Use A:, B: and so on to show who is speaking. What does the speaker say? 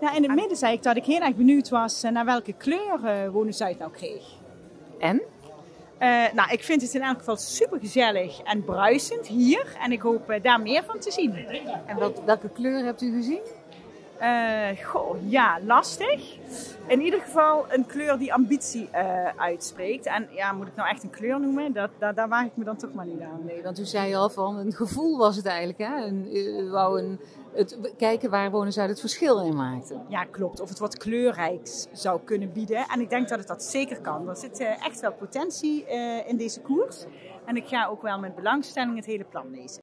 A: Ja, in het midden zei ik dat ik heel erg benieuwd was eh, naar welke kleur eh Wonen Zuid nou kreeg.
B: En?
A: Eh, nou, ik vind het in elk geval super gezellig en bruisend hier. En ik hoop eh, daar meer van te zien.
B: En wat, welke kleur hebt u gezien?
A: Eh, goh, ja, lastig. In ieder geval een kleur die ambitie eh, uitspreekt. En ja, moet ik nou echt een kleur noemen? Dat, dat, daar waag ik me dan toch maar niet aan.
B: Nee, want u zei al van een gevoel was het eigenlijk. Hè? Een, u u wou een, het, kijken waar wonen Zuid het verschil in maakte.
A: Ja, klopt. Of het wat kleurrijks zou kunnen bieden. En ik denk dat het dat zeker kan. Er zit eh, echt wel potentie eh, in deze koers. En ik ga ook wel met belangstelling het hele plan lezen.